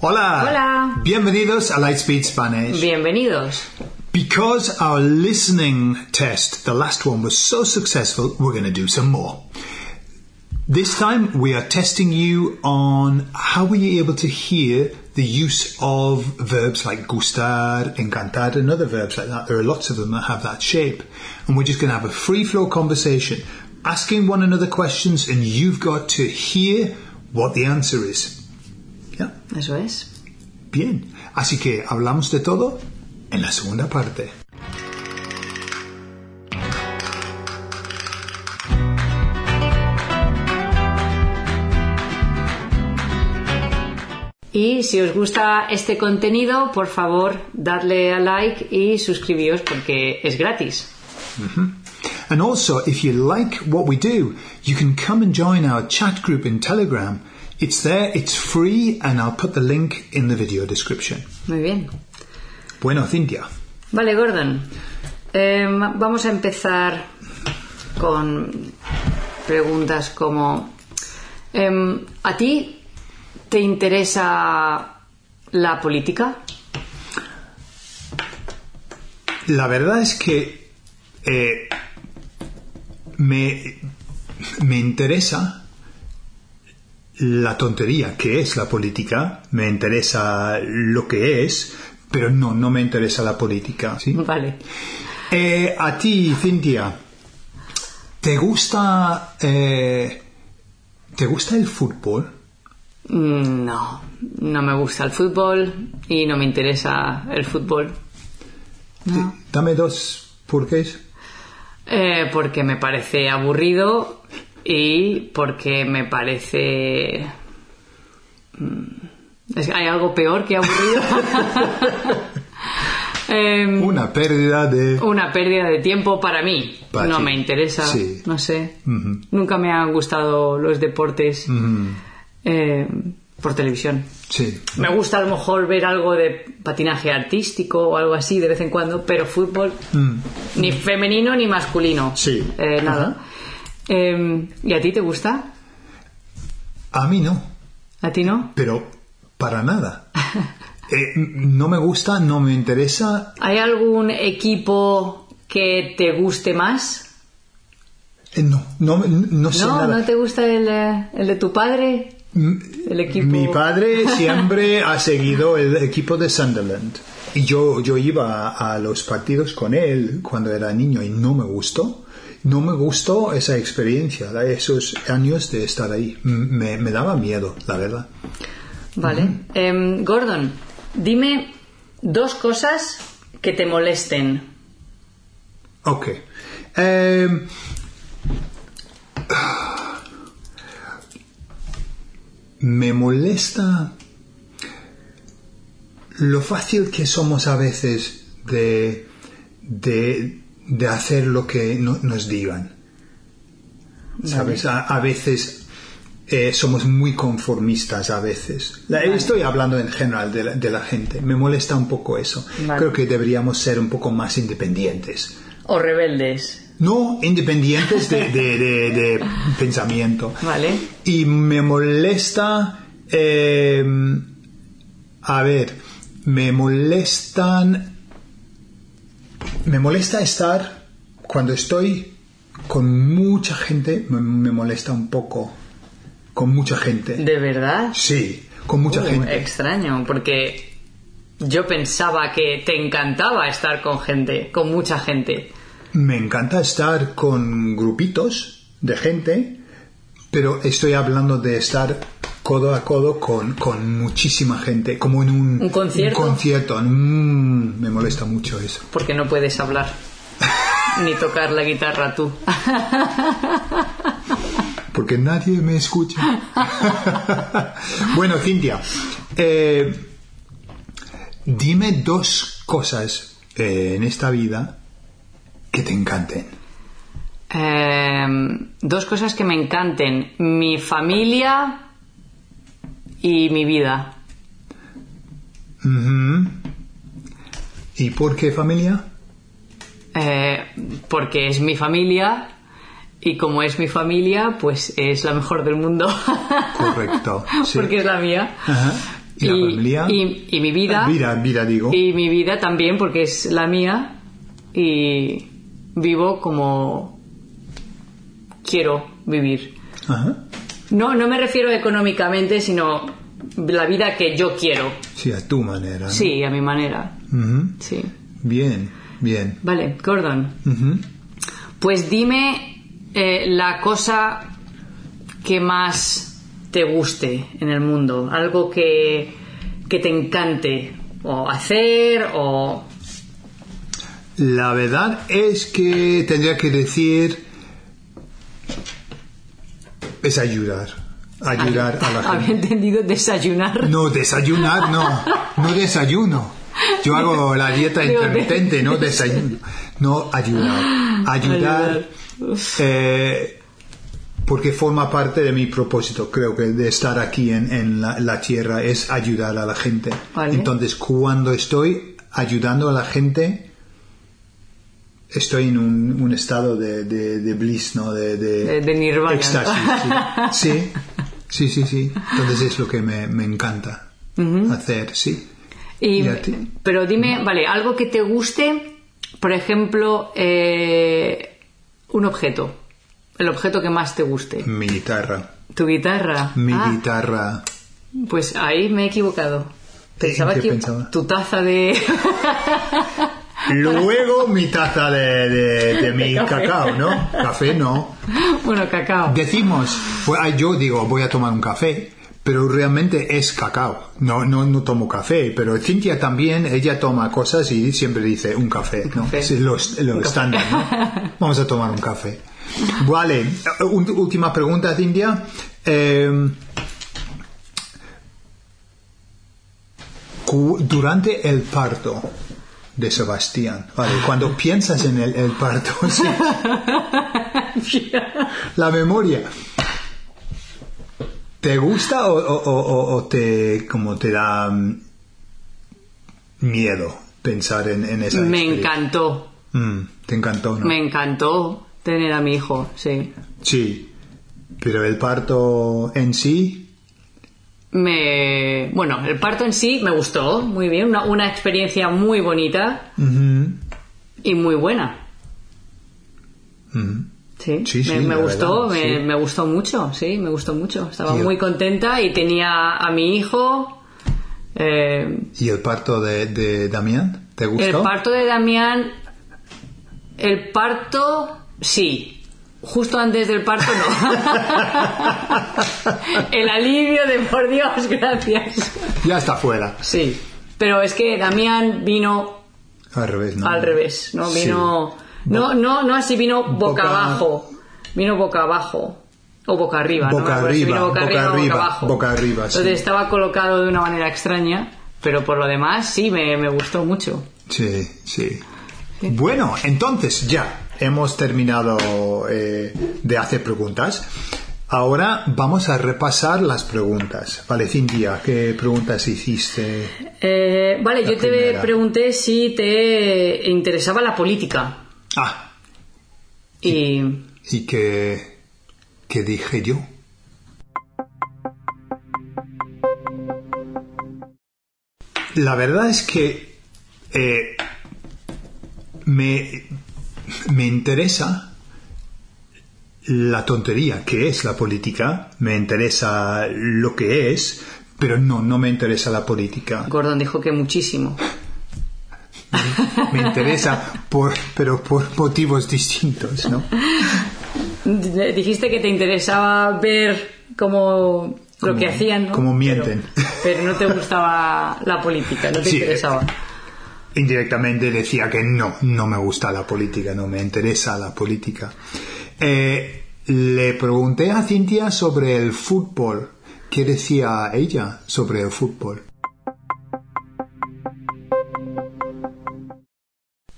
Hola. Hola. Bienvenidos a Lightspeed Spanish. Bienvenidos. Because our listening test, the last one, was so successful, we're going to do some more. This time we are testing you on how were you able to hear the use of verbs like gustar, encantar, and other verbs like that. There are lots of them that have that shape. And we're just going to have a free flow conversation, asking one another questions, and you've got to hear what the answer is. Yeah. Eso es. Bien, así que hablamos de todo en la segunda parte. Y si os gusta este contenido, por favor, dadle a like y suscribíos porque es gratis. And also, if you like what we do, you can come and join our chat group in Telegram. It's there, it's free, and I'll put the link in the video description. Muy bien. Bueno, Cintia. Vale, Gordon. Em, vamos a empezar con preguntas como em, ¿a ti te interesa la política? La verdad es que eh, me, me interesa la tontería que es la política, me interesa lo que es, pero no, no me interesa la política. ¿sí? Vale. Eh, a ti, Cintia, ¿te gusta, eh, ¿te gusta el fútbol? Mm, No, no me gusta el fútbol y no me interesa el fútbol. No. Dame dos porqués. Eh, porque me parece aburrido y porque me parece... Mm, Es que hay algo peor que aburrido. Em, Una pérdida de... una pérdida de tiempo para mí. Para no ti. me interesa. Sí. No sé. Ujú. Nunca me han gustado los deportes Mm, eh, por televisión. sí. Me gusta a lo mejor ver algo de patinaje artístico o algo así de vez en cuando, pero fútbol Mm. ni femenino ni masculino. Sí. Eh, nada. Ajá. Eh, ¿Y a ti te gusta? A mí no, ¿A ti no? pero para nada. Eh, no me gusta, no me interesa. ¿Hay algún equipo que te guste más? Eh, no, no, me- no sé ¿No? nada. Mm, ¿No te gusta el, eh, el de tu padre? El equipo. Mi padre siempre ha seguido el equipo de Sunderland. Y yo, yo iba a, a los partidos con él cuando era niño y no me gustó. No me gustó esa experiencia, la- esos años de estar ahí. M- Me, me daba miedo, la verdad. Vale. Em, Gordon, dime dos cosas que te molesten. Ok. Em, me molesta lo fácil que somos a veces de, de, de hacer lo que no- nos digan. ¿Sabes? A, a veces eh, somos muy conformistas a veces. La- Estoy hablando en general de la, de la gente. Me molesta un poco eso. Vale. Creo que deberíamos ser un poco más independientes. O rebeldes. No independientes de, de- de- de pensamiento. Vale. Y me molesta... eh, a ver, me molestan... Me molesta estar cuando estoy con mucha gente, me, me molesta un poco. Con mucha gente. ¿De verdad? Sí, con mucha Uh, gente. Extraño, porque yo pensaba que te encantaba estar con gente, con mucha gente. Me encanta estar con grupitos de gente, pero estoy hablando de estar codo a codo con, con muchísima gente, como en un, ¿Un concierto? un concierto. Mm, me molesta mucho eso. Porque no puedes hablar ni tocar la guitarra tú. Porque nadie me escucha. bueno, Cintia, eh, dime dos cosas eh, en esta vida que te encanten. Em, dos cosas que me encanten: mi familia y mi vida. Ujú. ¿Y por qué familia? Eh, porque es mi familia y como es mi familia, pues es la mejor del mundo. Correcto. sí. Porque es la mía. Ajá. y la familia. y- y mi vida. vida, vida, digo. Y mi vida también, porque es la mía y vivo como quiero vivir. Ajá. No, no me refiero económicamente, sino la vida que yo quiero. Sí, a tu manera. ¿no? Sí, a mi manera. Ujú. Sí. Bien, bien. Vale, Gordon. Ujú. Pues dime eh, la cosa que más te guste en el mundo. Algo que, que te encante. O hacer, o. La verdad es que tendría que decir es ayudar, ayudar a la Había gente. entendido desayunar. No desayunar, no, no desayuno. Yo hago la dieta Digo, de- intermitente, no desayuno, no ayudar, ayudar, eh, porque forma parte de mi propósito, creo que de estar aquí en, en la, la tierra es ayudar a la gente. Vale. Entonces, cuando estoy ayudando a la gente, estoy en un, un estado de, de- de bliss, ¿no? De, De- de nirvana. Éxtasis, sí. sí. Sí, sí, sí. Entonces es lo que me, me encanta hacer, sí. Y- ¿Y a ti? pero dime, vale, algo que te guste, por ejemplo, eh, un objeto. El objeto que más te guste. Mi guitarra. Tu guitarra. Mi Ah, guitarra. Pues ahí me he equivocado. Pensaba qué que pensaba? tu taza de. Luego mi taza de, de- de mi cacao, ¿no? Café no. bueno, cacao. Decimos, pues, ah, yo digo, voy a tomar un café, pero realmente es cacao. No, no, no tomo café, pero Cintia también, ella toma cosas y siempre dice un café, ¿no? café. Es lo, lo estándar, ¿no? Vamos a tomar un café. Vale, eh, un- última pregunta, Cintia. Eh, cu- durante el parto de Sebastián, vale, cuando piensas en el, el parto, sí, la memoria. ¿Te gusta o, o- o- o- o te como te da mm, miedo pensar en, en esa Me experiencia? encantó. Mm, te encantó, ¿no? Me encantó tener a mi hijo, sí. Sí. Pero el parto en sí, Me. Bueno, el parto en sí me gustó, muy bien. Una, una experiencia muy bonita ujú, y muy buena. mm, Sí, Sí, sí, me, me la gustó, verdad, me, sí. me gustó mucho, sí, me gustó mucho. Estaba Y el- muy contenta y tenía a mi hijo. eh, ¿Y el parto de, de Damián? ¿Te el gustó? parto de Damián, el parto, sí. Justo antes del parto, no. el alivio de por Dios, gracias. ya está fuera. Sí, pero es que Damián vino Al revés, ¿no? al revés, ¿no? Sí. Vino. No, no, no así, vino boca, Boca- abajo. Vino boca abajo. O boca arriba, ¿no? Boca Me acuerdo si arriba, vino boca, boca arriba, o arriba, boca abajo. boca arriba, sí. Entonces estaba colocado de una manera extraña, pero por lo demás sí, me, me gustó mucho. Sí, sí. Bueno, entonces ya hemos terminado eh, de hacer preguntas. Ahora vamos a repasar las preguntas. Vale, Cintia, ¿qué preguntas hiciste? Eh, vale, La yo te primera. pregunté si te interesaba la política. Ah, Y. y que, que dije yo. La verdad es que eh, me, me interesa la tontería que es la política, me interesa lo que es, pero no, no me interesa la política. Gordon dijo que muchísimo. Me interesa, por, pero por motivos distintos, ¿no? Le- Dijiste que te interesaba ver cómo lo Cómo- eh, que hacían, ¿no? cómo mienten. Pero, pero no te gustaba la política, no te Sí, interesaba. indirectamente decía que no, no me gusta la política, no me interesa la política. Eh, le pregunté a Cintia sobre el fútbol. ¿Qué decía ella sobre el fútbol?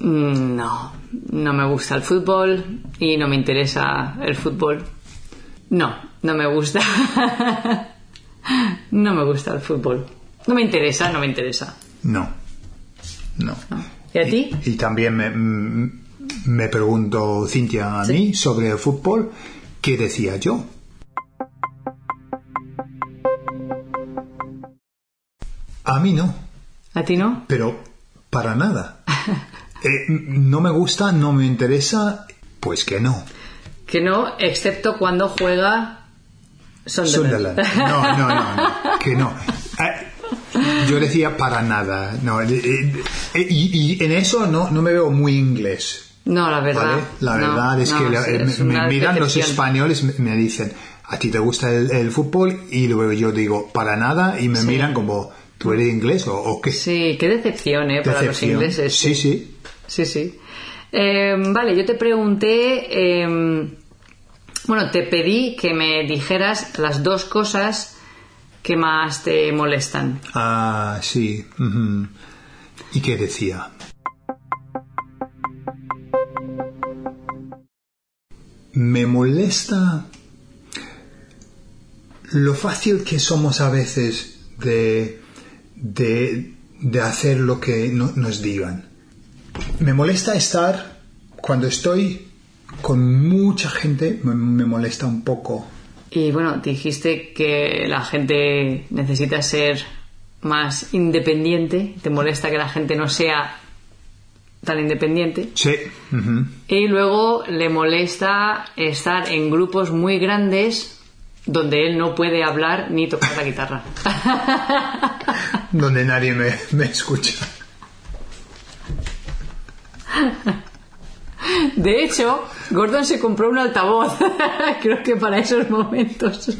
Mm, No, no me gusta el fútbol y no me interesa el fútbol. No, no me gusta. no me gusta el fútbol. No me interesa, no me interesa. No. No. ¿Y a ti? Y también me, mm, me preguntó Cintia a mí sobre el fútbol. ¿Qué decía yo? A mí no, ¿A ti no? pero para nada. Eh, no me gusta, no me interesa, pues que no. Que no, excepto cuando juega Sunderland. Sunderland. No, no, no, no, que no. Eh, yo decía para nada. No, eh, eh, eh, y, y en eso no, no me veo muy inglés. No, la verdad. ¿vale? La no, verdad es no, que la- es- eh, es me- una me miran los decepción. españoles, me, me dicen, ¿a ti te gusta el, el fútbol? Y luego yo digo, para nada, y me miran como, ¿tú eres inglés o, o qué? Sí, qué decepción, ¿eh? Para los Decepción. ingleses. Sí, sí. Sí, sí. Eh, vale, yo te pregunté. eh, bueno, te pedí que me dijeras las dos cosas que más te molestan. Ah, sí. ujú. ¿Y qué decía? Me molesta lo fácil que somos a veces de, de, de hacer lo que no- nos digan. Me molesta estar, cuando estoy con mucha gente, me- me molesta un poco Y bueno, dijiste que la gente necesita ser más independiente. Te molesta que la gente no sea tan independiente. Sí. ujú. Y luego le molesta estar en grupos muy grandes donde él no puede hablar ni tocar la guitarra. Donde nadie me, me escucha. De hecho, Gordon se compró un altavoz, creo que para esos momentos.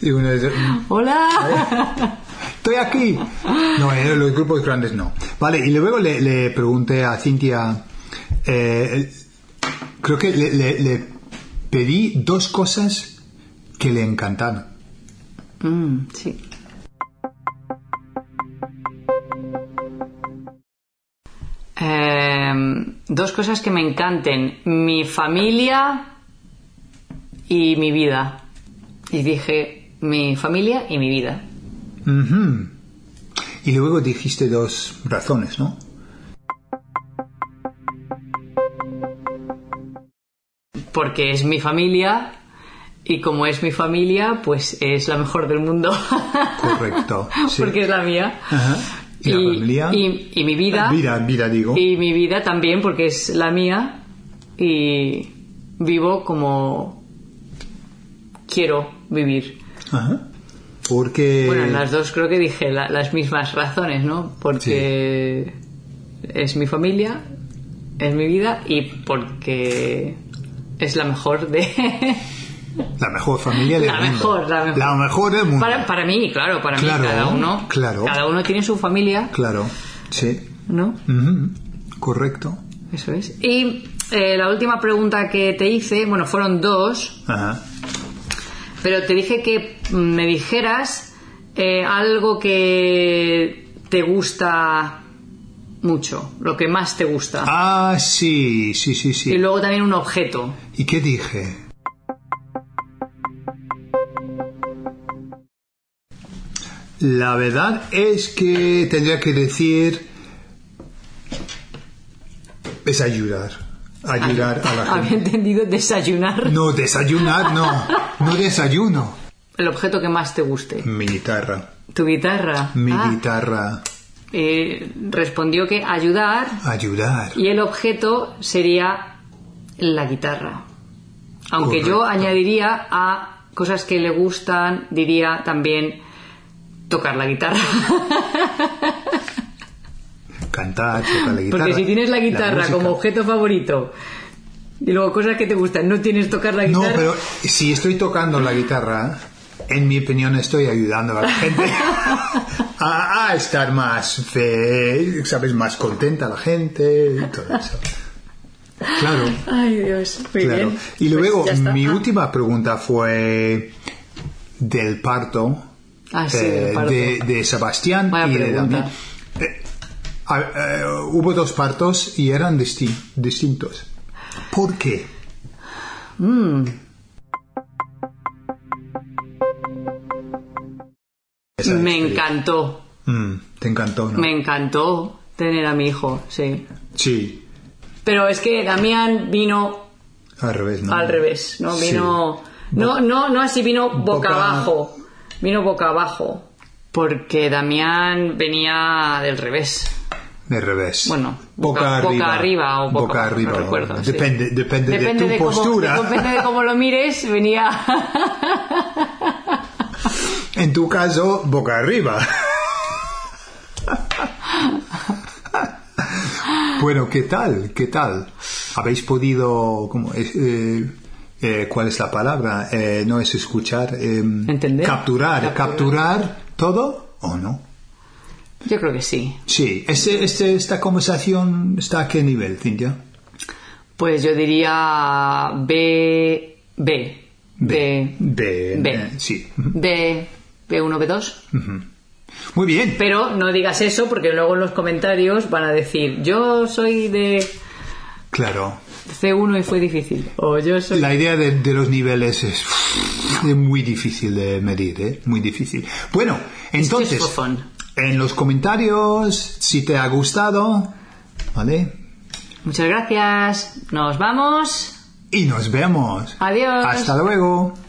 Y uno dice, Hola. estoy aquí. No, eh, en los grupos grandes no. Vale, y luego le, le pregunté a Cintia, eh, creo que le, le- le pedí dos cosas que le encantaron. Mm, sí. Em, dos cosas que me encanten, mi familia y mi vida. Y dije, mi familia y mi vida. Ujú. Y luego dijiste dos razones, ¿no? Porque es mi familia y como es mi familia, pues es la mejor del mundo. Correcto. sí. Porque es la mía. Ajá. Y, la familia. y- y mi vida. vida, vida, digo. Y mi vida también, porque es la mía. Y vivo como quiero vivir. Ajá. Porque... Bueno, las dos creo que dije la- las mismas razones, ¿no? Porque es mi familia, es mi vida y porque es la mejor de... La mejor familia del La mundo. mejor, la mejor. del mundo. para, para mí, claro, para Claro, mí, cada uno. claro. Cada uno tiene su familia, Claro, sí. ¿no? Ujú, Correcto. Eso es. Y eh, la última pregunta que te hice, bueno, fueron dos, Ajá. Pero te dije que me dijeras eh, algo que te gusta mucho, lo que más te gusta. Ah, sí, sí, sí, sí. Y luego también un objeto. ¿Y qué dije? La verdad es que tendría que decir es ayudar, ayudar a la Había gente. entendido desayunar. No desayunar, no, no desayuno. El objeto que más te guste. Mi guitarra, Tu guitarra. mi Ah, guitarra, eh, respondió que ayudar ayudar. y el objeto sería la guitarra. Aunque yo Correcto. añadiría a cosas que le gustan, diría también tocar la guitarra. cantar, tocar la guitarra. Porque si tienes la guitarra música. como objeto favorito y luego cosas que te gustan, no tienes tocar la No, guitarra. pero si estoy tocando la guitarra, en mi opinión estoy ayudando a la gente a, a estar más, fe- ¿sabes? Más contenta la gente y todo eso. Claro, Ay, Dios, muy claro. bien. Y Pues luego, ya está. mi Ah, última pregunta fue del parto, Ah, sí, del eh, parto. de, de Sebastián Vaya y de pregunta. Damián. Eh, a- eh, hubo dos partos y eran disti- distintos. ¿Por qué? mm, Esa me historia. encantó, Mm, te encantó, ¿no? me encantó tener a mi hijo, sí. Sí, Pero es que Damián vino al revés, ¿no? al revés, ¿no? Sí. Vino. No, no, no así, vino Boca- boca, abajo. Vino boca abajo. Porque Damián venía del revés. De revés. Bueno, boca, arriba. boca- boca arriba o boca abajo, arriba. no recuerdo, sí. depende, depende, de tu cómo- postura. depende de cómo lo mires, venía. En tu caso, boca arriba. bueno, ¿qué tal? ¿Qué tal? ¿Habéis podido... cómo es, eh, eh, ¿Cuál es la palabra? Eh, no es escuchar. eh, Entender. Capturar. Capturar. ¿Capturar todo o no? Yo creo que sí. Sí. Este, este- ¿Esta conversación está a qué nivel, Cintia? Pues yo diría B. B. B. B. B. eh, sí. B. B1, B2. Muy bien. Pero no digas eso porque luego en los comentarios van a decir, yo soy de Claro. C1 y fue difícil. O yo soy... La idea de, de los niveles es, es muy difícil de medir, ¿eh? Muy difícil. Bueno, entonces, just for fun. en los comentarios, si te ha gustado, ¿vale? Muchas gracias. Nos vamos. Y nos vemos. Adiós. Hasta luego.